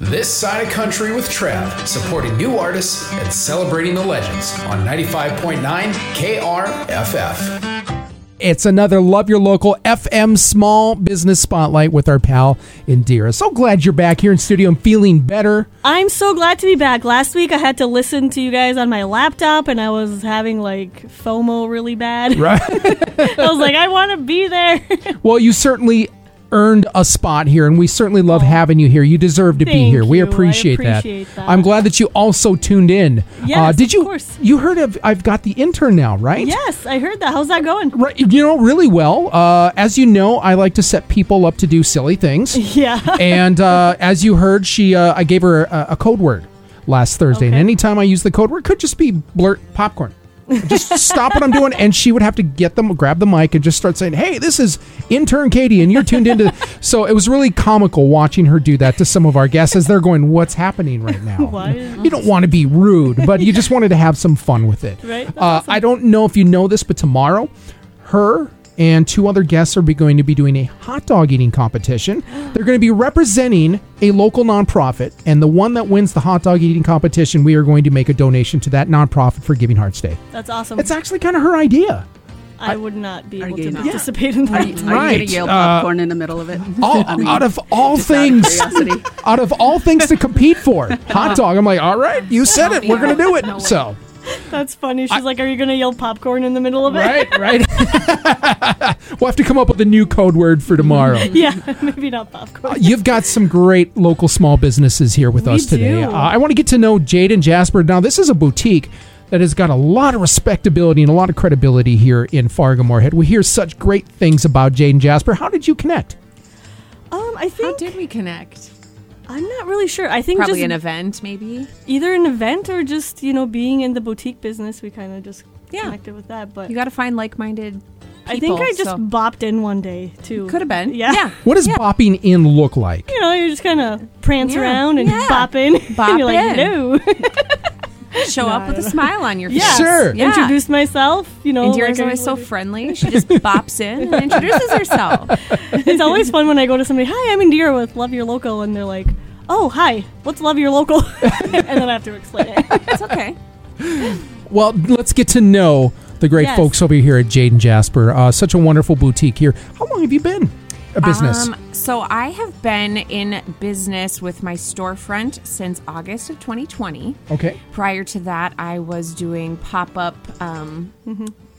This side of country with Trav, supporting new artists and celebrating the legends on 95.9 KRFF. It's another Love Your Local FM Small Business Spotlight with our pal Indira. So glad you're back here in studio and feeling better. I'm so glad to be back. Last week I had to listen to you guys on my laptop and I was having like FOMO really bad. Right. I was like, I want to be there. well, you certainly earned a spot here, and we certainly love having you here. You deserve to be Oh, Thank here. We you. I appreciate, appreciate that. I'm glad that you also tuned in. Uh, Yes, did of you? course. You heard of? I've got the intern now, right? yes, I heard that. How's that going? Right, you know, really well. Uh, as you know, I like to set people up to do silly things. Yeah. and uh, as you heard, she uh, I gave her a, a code word last Thursday, and Okay. anytime I use the code word, it could just be blurt popcorn. just stop what I'm doing, and she would have to get them, grab the mic, and just start saying, "Hey, this is intern Katie, and you're tuned into." so it was really comical watching her do that to some of our guests as they're going, "What's happening right now?" Why is- You don't want to be rude, but you just wanted to have some fun with it. Right, that's Uh, I don't know if you know this, but tomorrow, her and two other guests are be going to be doing a hot dog eating competition. They're going to be representing a local nonprofit, and the one that wins the hot dog eating competition, we are going to make a donation to that nonprofit for Giving Hearts Day. That's awesome. It's actually kind of her idea. I would not be able you to not? participate in Are you, that. are you Right, gonna yell uh, popcorn in the middle of it? All, I mean, out of all just out of things, curiosity. out of all things to compete for, hot dog. I'm like, all right, you said it. We're going to do it. So. That's funny. She's like, Are you going to yell popcorn in the middle of it? Right, right. we'll have to come up with a new code word for tomorrow. yeah, maybe not popcorn. You've got some great local small businesses here with We us today. do. Uh, I want to get to know Jade and Jasper. Now, this is a boutique that has got a lot of respectability and a lot of credibility here in Fargo Moorhead. We hear such great things about Jade and Jasper. How did you connect? Um, I How think did we connect? I'm not really sure. I think Probably just an event, maybe. either an event or just you know being in the boutique business, we kind of just Yeah. connected with that. But You got to find like-minded. I think people, I just so- bopped in one day too. could have been. Yeah. yeah. What does bopping in look like? You know, you just kind of prance Yeah. around and Yeah. bop in. and Bop you're like, in. no. Show up with a smile on your face. Yes. Sure. Yeah. Introduce myself. You know, And Dear's like I- always so friendly. She just bops in and introduces herself. it's always fun when I go to somebody. Hi, I'm Indira with Love Your Local, and they're like, "Oh, hi. What's Love Your Local?" and then I have to explain it. It's okay. Well, let's get to know the great Yes. folks over here at Jade and Jasper. Uh, such a wonderful boutique here. How long have you been a business? Um, so I have been in business with my storefront since August of 2020. okay. Prior to that, I was doing pop up um,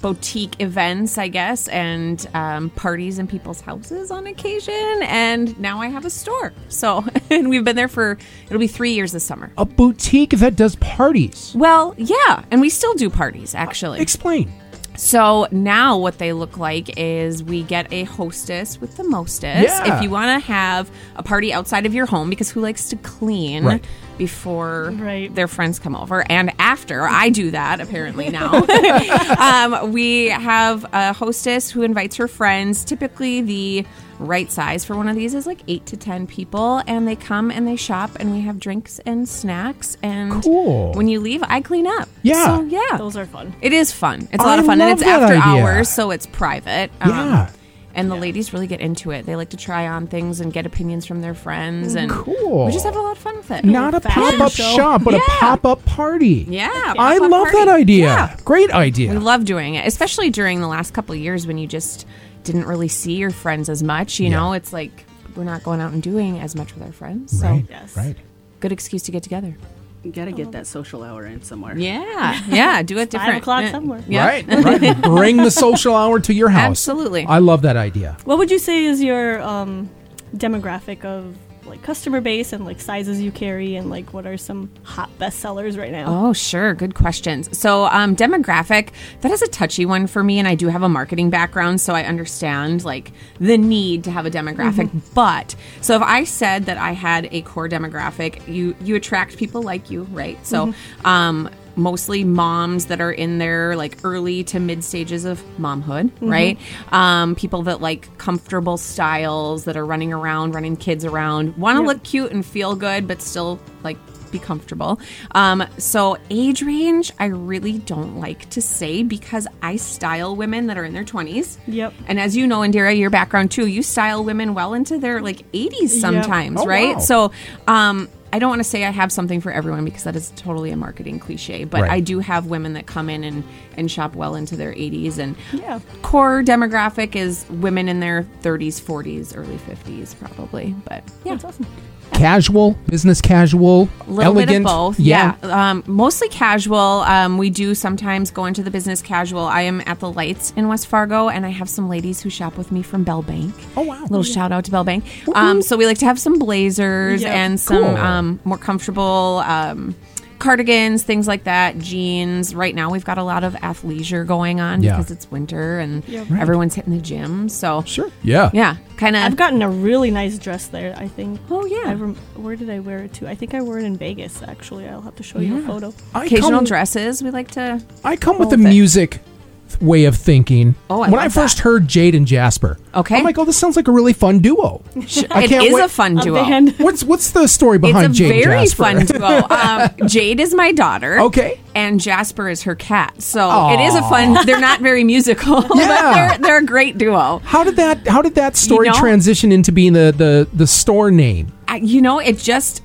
boutique events, I guess, and um, parties in people's houses on occasion. And now I have a store. So, and we've been there for, it'll be three years this summer. A boutique that does parties. Well, yeah, and we still do parties actually. Explain. So now what they look like is we get a hostess with the mostest. Yeah. If you want to have a party outside of your home, because who likes to clean Right. before Right. their friends come over and after? I do that apparently now. um, we have a hostess who invites her friends. Typically, the right size for one of these is like eight to ten people, and they come and they shop, and we have drinks and snacks. And Cool. when you leave, I clean up. Yeah. So yeah, Those are fun. it is fun. It's a I lot of fun, and love it's that after idea. hours, so it's private. um, Yeah. And the ladies really get into it. They like to try on things and get opinions from their friends, and Cool. we just have a lot of fun with it. Not a fashion pop up show. shop, but a Yeah. pop up party. Yeah, I pop-up love party. that idea. Yeah. Great idea. We love doing it, especially during the last couple of years when you just didn't really see your friends as much. You Yeah. know, it's like we're not going out and doing as much with our friends. So right. Yes. Right. good excuse to get together. You gotta get that social hour in somewhere. Yeah, yeah. Do it different. Uh, Five o'clock Yeah. somewhere. Yeah. Right. right. Bring the social hour to your house. Absolutely. I love that idea. What would you say is your um, demographic of like customer base and like sizes you carry and like what are some hot bestsellers right now? Oh, sure. Good questions. So, um, demographic, that is a touchy one for me. And I do have a marketing background, so I understand like the need to have a demographic. But so if I said that I had a core demographic, you, you attract people like you, right? So, um, mostly moms that are in their like early to mid stages of momhood, right? Um, people that like comfortable styles that are running around, running kids around, want to look cute and feel good, but still like be comfortable. Um, so age range, I really don't like to say because I style women that are in their 20s. Yep. And as you know, Indira, your background too, you style women well into their like 80s sometimes, Oh, right? wow. So um, I I don't want to say I have something for everyone because that is totally a marketing cliche, but Right. I do have women that come in and, and shop well into their 80s. And Yeah. core demographic is women in their 30s, 40s, early 50s, probably. But yeah, That's awesome. Casual, business casual, little elegant. bit of both. Yeah, Um, mostly casual. Um, we do sometimes go into the business casual. I am at the Lights in West Fargo, and I have some ladies who shop with me from Bell Bank. Oh, wow. Mm-hmm. Little shout out to Bell Bank. Um, so we like to have some blazers Yeah. and some Cool. um, more comfortable. Um, Cardigans, things like that, jeans. Right now, we've got a lot of athleisure going on Yeah. because it's winter and Yep. everyone's hitting the gym. So, Sure. Yeah. yeah, kind I've of. gotten a really nice dress there. I think. Oh, yeah. I rem- where did I wear it to? I think I wore it in Vegas. Actually, I'll have to show you a Yeah. photo. I Occasional come, dresses. We like to. I come with Roll the with it. music th- way of thinking. Oh, I when love I first that. heard Jade and Jasper, Okay. I'm like, oh, this sounds like a really fun duo. I it can't is wait- a fun duo. band. What's what's the story behind it's a Jade and very Jasper? fun duo. Um, Jade is my daughter. Okay. And Jasper is her cat. So it is a fun. They're not very musical, Yeah. but they're they're a great duo. how did that How did that story You know- transition into being the the the store name? I, you know, it just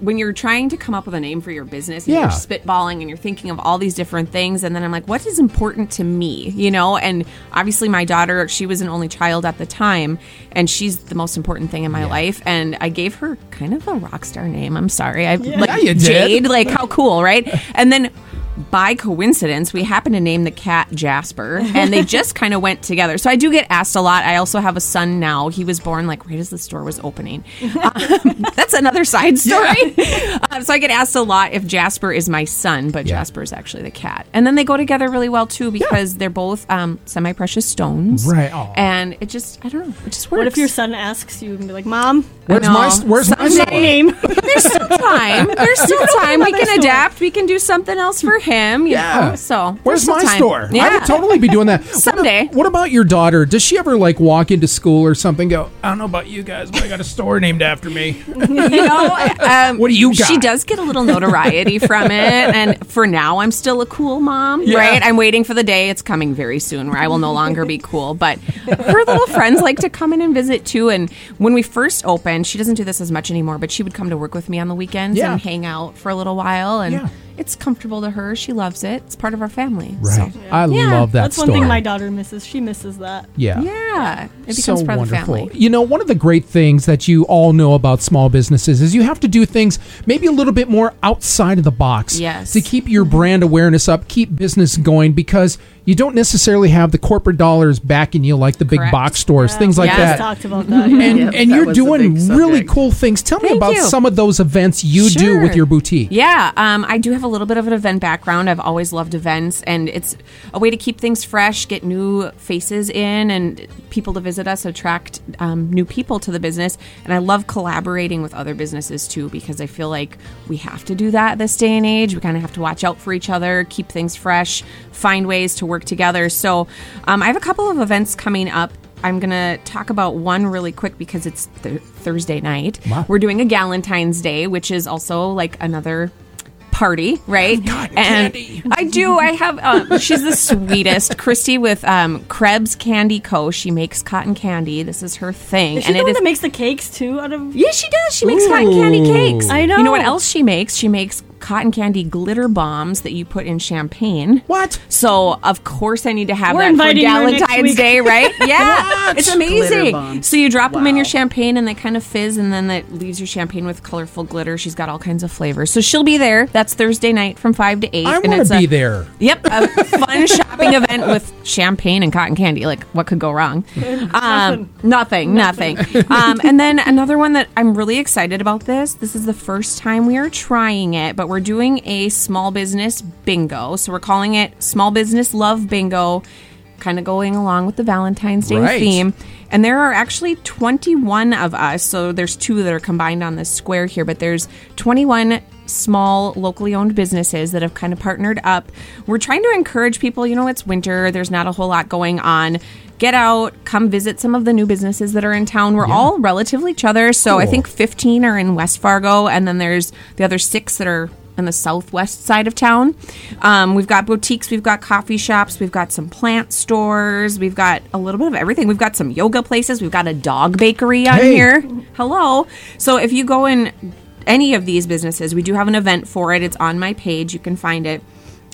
when you're trying to come up with a name for your business and Yeah. you're spitballing and you're thinking of all these different things and then I'm like what is important to me you know and obviously my daughter she was an only child at the time and she's the most important thing in my life and I gave her kind of a rock star name I'm sorry I like Yeah, you did. Jade like how cool right and then by coincidence we happened to name the cat Jasper and they just kind of went together so I do get asked a lot I also have a son now he was born like right as the store was opening that's another side story. um, so I get asked a lot if Jasper is my son, but Yeah. Jasper is actually the cat. And then they go together really well too because they're both um, semi-precious stones, Right, aw. And it just I don't know, it just works. What if your son asks you and be like, "Mom, Where's know. my Where's my Someday- store? my name?" There's still time. There's still time. We another can store. adapt. We can do something else for him. You Know? So there's Where's still my time. store? I Yeah. would totally be doing that What a- Someday. What, about your daughter? Does she ever like walk into school or something? Go, I don't know about you guys, but I got a store named after me. you know, um, What do you got? She does get a little notoriety from it, and for now, I'm still a cool mom, Yeah. right? I'm waiting for the day it's coming very soon where I will no longer be cool. But her little friends like to come in and visit too. And when we first opened, she doesn't do this as much anymore, but she would come to work with me on the weekends Yeah. and hang out for a little while, and Yeah. it's comfortable to her. She loves it. It's part of our family, Right. So, I Yeah. love that That's story. one thing my daughter misses. She misses that. yeah. yeah, it becomes part of the family. You know, one of the great things that you all know about small businesses is you have to do things maybe a little bit more outside of the box Yes. Mm-hmm. to keep your brand awareness up, keep business going because you don't necessarily have the corporate dollars backing you like the big Correct. box stores, things like Yeah. We Yes. that. talked about that. yeah. And, Yep, and that you're was the doing big really subject. cool things. Tell me Thank about you. some of those events you do Sure. with your boutique. Yeah, um, I do have a little bit of an event background. I've always loved events, and it's a way to keep things fresh, get new faces in, and people to visit us, attract um, new people to the business. And I love collaborating with other businesses too, because I feel like we have to do that this day and age. We kind of have to watch out for each other, keep things fresh, find ways to work together. So um, I have a couple of events coming up. I'm going to talk about one really quick because it's th- Thursday night. Wow. We're doing a Galentine's Day, which is also like another party, right? and candy. I do. I have. Um, she's the sweetest, Christy with um, Krebs Candy Co. She makes cotton candy. This is her thing, Is she the it one is. that makes the cakes too? Out of yeah, she does. She makes cotton candy cakes. I You know what know. else she makes? She makes cotton candy glitter bombs that you put in champagne. What? So of course I need to have We're that for inviting her next Valentine's week. Day, right? Yeah, What? it's Glitter amazing. bombs. So you drop them in your Wow. champagne, and they kind of fizz, and then that leaves your champagne with colorful glitter. She's got all kinds of flavors. So she'll be there. That's Thursday night from five to eight. I and want it's to a- be there. Yep, a fun shopping event with champagne and cotton candy. Like, what could go wrong? Um, nothing, nothing. um, and then another one that I'm really excited about this. This is the first time we are trying it, but we're doing a small business bingo. So we're calling it Small Business Love Bingo, kind of going along with the Valentine's Day Right. theme. And there are actually 21 of us. So there's two that are combined on this square here, but there's 21 small locally owned businesses that have kind of partnered up. We're trying to encourage people, you know, it's winter, there's not a whole lot going on. Get out, come visit some of the new businesses that are in town. We're all relative to each other. So I Cool. think 15 are in West Fargo, and then there's the other six that are on the southwest side of town. Um, we've got boutiques, we've got coffee shops, we've got some plant stores, we've got a little bit of everything. We've got some yoga places, we've got a dog bakery out Hey. here. Hello. So if you go and any of these businesses, we do have an event for it. It's on my page. You can find it.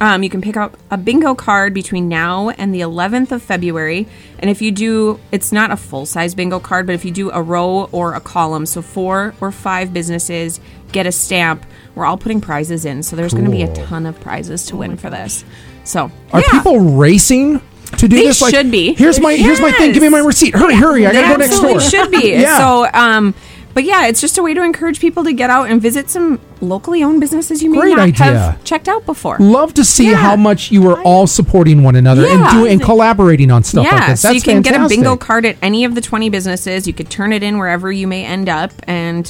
Um, you can pick up a bingo card between now and the 11th of February. And if you do, it's not a full size bingo card, but if you do a row or a column, so four or five businesses get a stamp, we're all putting prizes in. So there's going to be Cool. a ton of prizes to win for this. So, Are yeah. people racing to do They this? Like, should be. Here's my here's my thing. Give me my Yes. receipt. Hurry, hurry! I They gotta go next door. absolutely should be. Yeah. So, um, but yeah, it's just a way to encourage people to get out and visit some locally owned businesses you may Great not idea. have checked out before. Love to see Yeah. how much you are all supporting one another and Yeah. doing and collaborating on stuff yeah, like this. That's so you can fantastic. get a bingo card at any of the 20 businesses. You could turn it in wherever you may end up and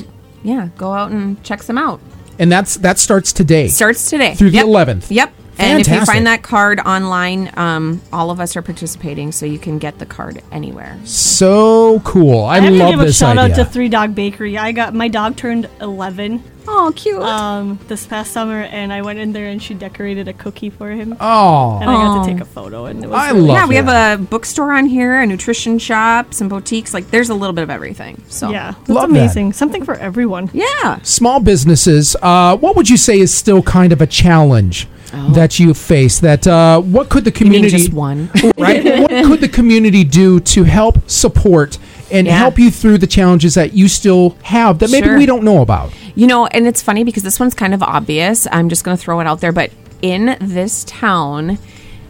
yeah, go out and check some out. and that's that starts today. Starts today. Through the Yep. 11th. Yep. And if you Fantastic. find that card online, um, all of us are participating, so you can get the card anywhere. so cool. I, I have to love give a this shout idea. out to Three Dog Bakery. I got my dog turned 11 Oh, cute. um, this past summer, and I went in there and she decorated a cookie for him, oh, and I got to take a photo. And it was I really- love. yeah, we that. have a bookstore on here, a nutrition shop, some boutiques. Like, there's a little bit of everything. So yeah, that's Love that. amazing. Something for everyone. yeah. small businesses, uh, what would you say is still kind of a challenge that you face? That uh, what could the Oh. mean community just one? right? what could the community do to help support and Yeah. help you through the challenges that you still have that maybe Sure. we don't know about? You know, and it's funny because this one's kind of obvious. I'm just going to throw it out there, but in this town,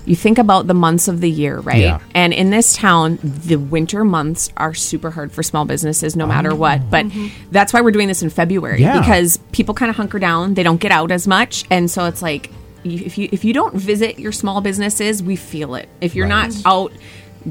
you think about the months of the year, right? Yeah. And in this town, the winter months are super hard for small businesses no matter what. But that's why we're doing this in February Oh. Yeah. because people kind of hunker down, they don't get out as much, and so it's like you- if you if you don't visit your small businesses, we feel it. If you're Right. not out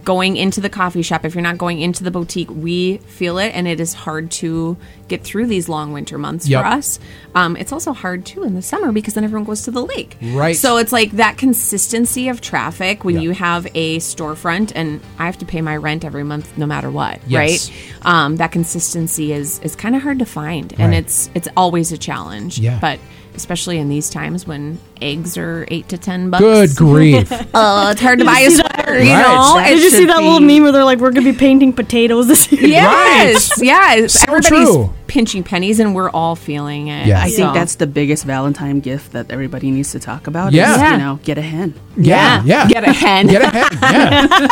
going into the coffee shop, if you're not going into the boutique, we feel it and it is hard to get through these long winter months Yep. for us. Um, it's also hard too in the summer because then everyone goes to the lake. Right. So it's like that consistency of traffic when Yeah. you have a storefront and I have to pay my rent every month no matter what, Yes. right? Um, that consistency is is kind of hard to find and Right. it's it's always a challenge. Yeah. But especially in these times when eggs are 8 to 10 bucks. Good grief. Uh, it's hard to buy a sweater, you Right. know. Did It Did you see should that little be- meme where they're like, "We're gonna be painting potatoes this year"? Yes, yes. So Everybody's true. pinching pennies, and we're all feeling it. Yeah. I I I think so- that's the biggest Valentine gift that everybody needs to talk about. Yeah. Is, Yeah. You know, get a hen. yeah, yeah. Get a hen. Get ahead. Yeah.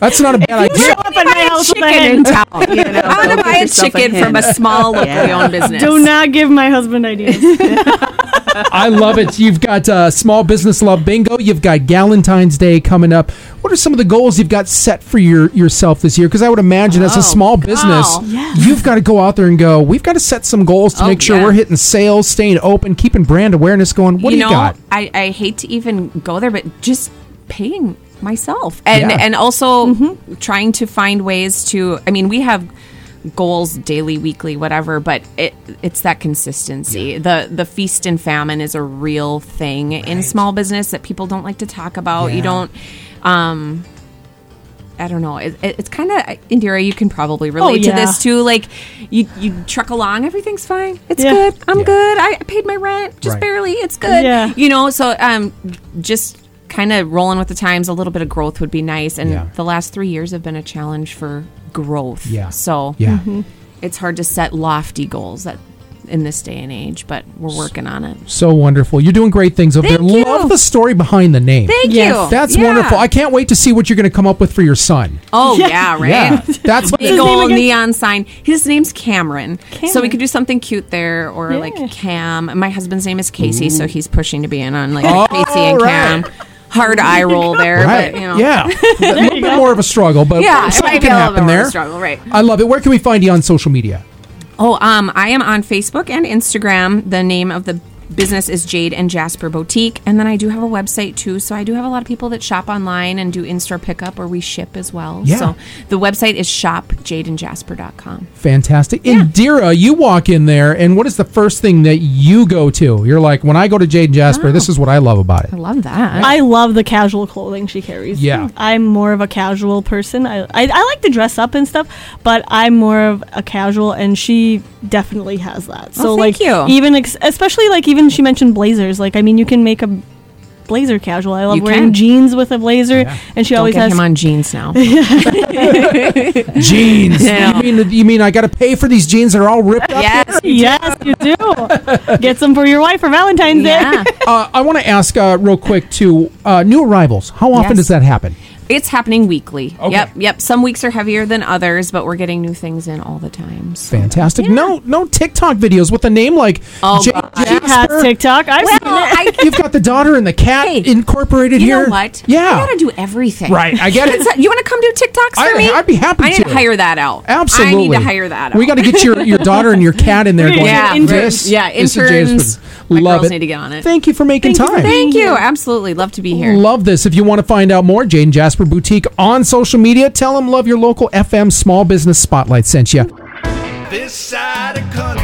That's not a bad idea. Show up at my house with a chicken hen. in town. You know, I want go to get buy a yourself chicken hen. from a small locally owned business. Do not give my husband ideas. I love it. You've got uh, Small Business Love Bingo. You've got Galentine's Day coming up. What are some of the goals you've got set for your yourself this year? Because I would imagine as a Oh, small business, wow. you've got to go out there and go, we've got to set some goals to Oh, make sure yeah. we're hitting sales, staying open, keeping brand awareness going. What you do you know, got? I, I hate to even go there, but just paying myself and Yeah. Mm-hmm. and also trying to find ways to. I mean, we have goals daily, weekly, whatever, but it it's that consistency. The the feast and famine is a real thing in small business that people don't like to talk about. Yeah. You don't. Um, I don't know. It, it- it's kind of Indira. You can probably Oh, relate yeah. to this too. Like, you you truck along. Everything's fine. It's Yeah. good. I'm Yeah. good. I paid my rent just Right. barely. It's good. Yeah. You know, so um, just kind of rolling with the times. A little bit of growth would be nice. And Yeah. the last three years have been a challenge for growth. Yeah. So mm-hmm. yeah. it's hard to set lofty goals that in this day and age, but we're working on it. So wonderful. You're doing great things over Thank there. you. Love the story behind the name. Thank Yes. you. That's Yeah. wonderful. I can't wait to see what you're going to come up with for your son. oh yeah, right. Yeah. That's Big name old again? neon sign. His name's Cameron. So we Cameron. could do something cute there or Yeah. like Cam. My husband's name is Casey, so he's pushing to be in on like Casey and right. Cam. Hard eye roll there, Right. but you know. Yeah. a little bit more of a struggle, but Yeah, it something might be can a little bit happen more of there. a struggle, right. I love it. Where can we find you on social media? Oh, um, I am on Facebook and Instagram. The name of the business is Jade and Jasper Boutique, and then I do have a website too. So I do have a lot of people that shop online and do in-store pickup, or we ship as well. Yeah. So the website is shopjadeandjasper.com. Fantastic. Indira, you walk in there, and what is the first thing that you go to? You're like, when I go to Jade and Jasper, this Oh. is what I love about I it. love that. I love the casual clothing she carries. Yeah. I'm more of a casual person. I, I, I like to dress up and stuff, but I'm more of a casual, and she definitely has that. So, Oh, thank like, you. even ex- especially like even she mentioned blazers. Like, I mean, you can make a blazer casual. I love You wearing can. jeans with a blazer, and she Don't always get has. him on jeans now. Jeans. Yeah. You mean you mean I got to pay for these jeans that are all ripped up? yes. yes, you do. Get some for your wife for Valentine's Yeah. Day. Uh, I want to ask uh, real quick to uh, new arrivals. How often Yes. does that happen? It's happening weekly. Okay. Yep, yep. Some weeks are heavier than others, but we're getting new things in all the time. So. Fantastic. No, no TikTok videos with a name like Oh, Jay God. She has Jasper. TikTok. I've Well, seen it. I, You've got the daughter and the cat Hey, incorporated you here. know what? Yeah. I gotta do everything. Right, I get it. It's- you want to come do TikToks I- for me? I'd be happy I need to. to hire that out. Absolutely. I need to hire that out. We got to get your, your daughter and your cat in there Yeah, going, yeah, interns. this, yeah, this is Jasper. interns. My Love girls it. need to get on it. Thank you for making Thank you for time. Thank you. Absolutely. Love to be here. Love this. If you want to find out more, Jane Jasper Boutique on social media. Tell them love your local FM Small Business Spotlight sent you. This side of country.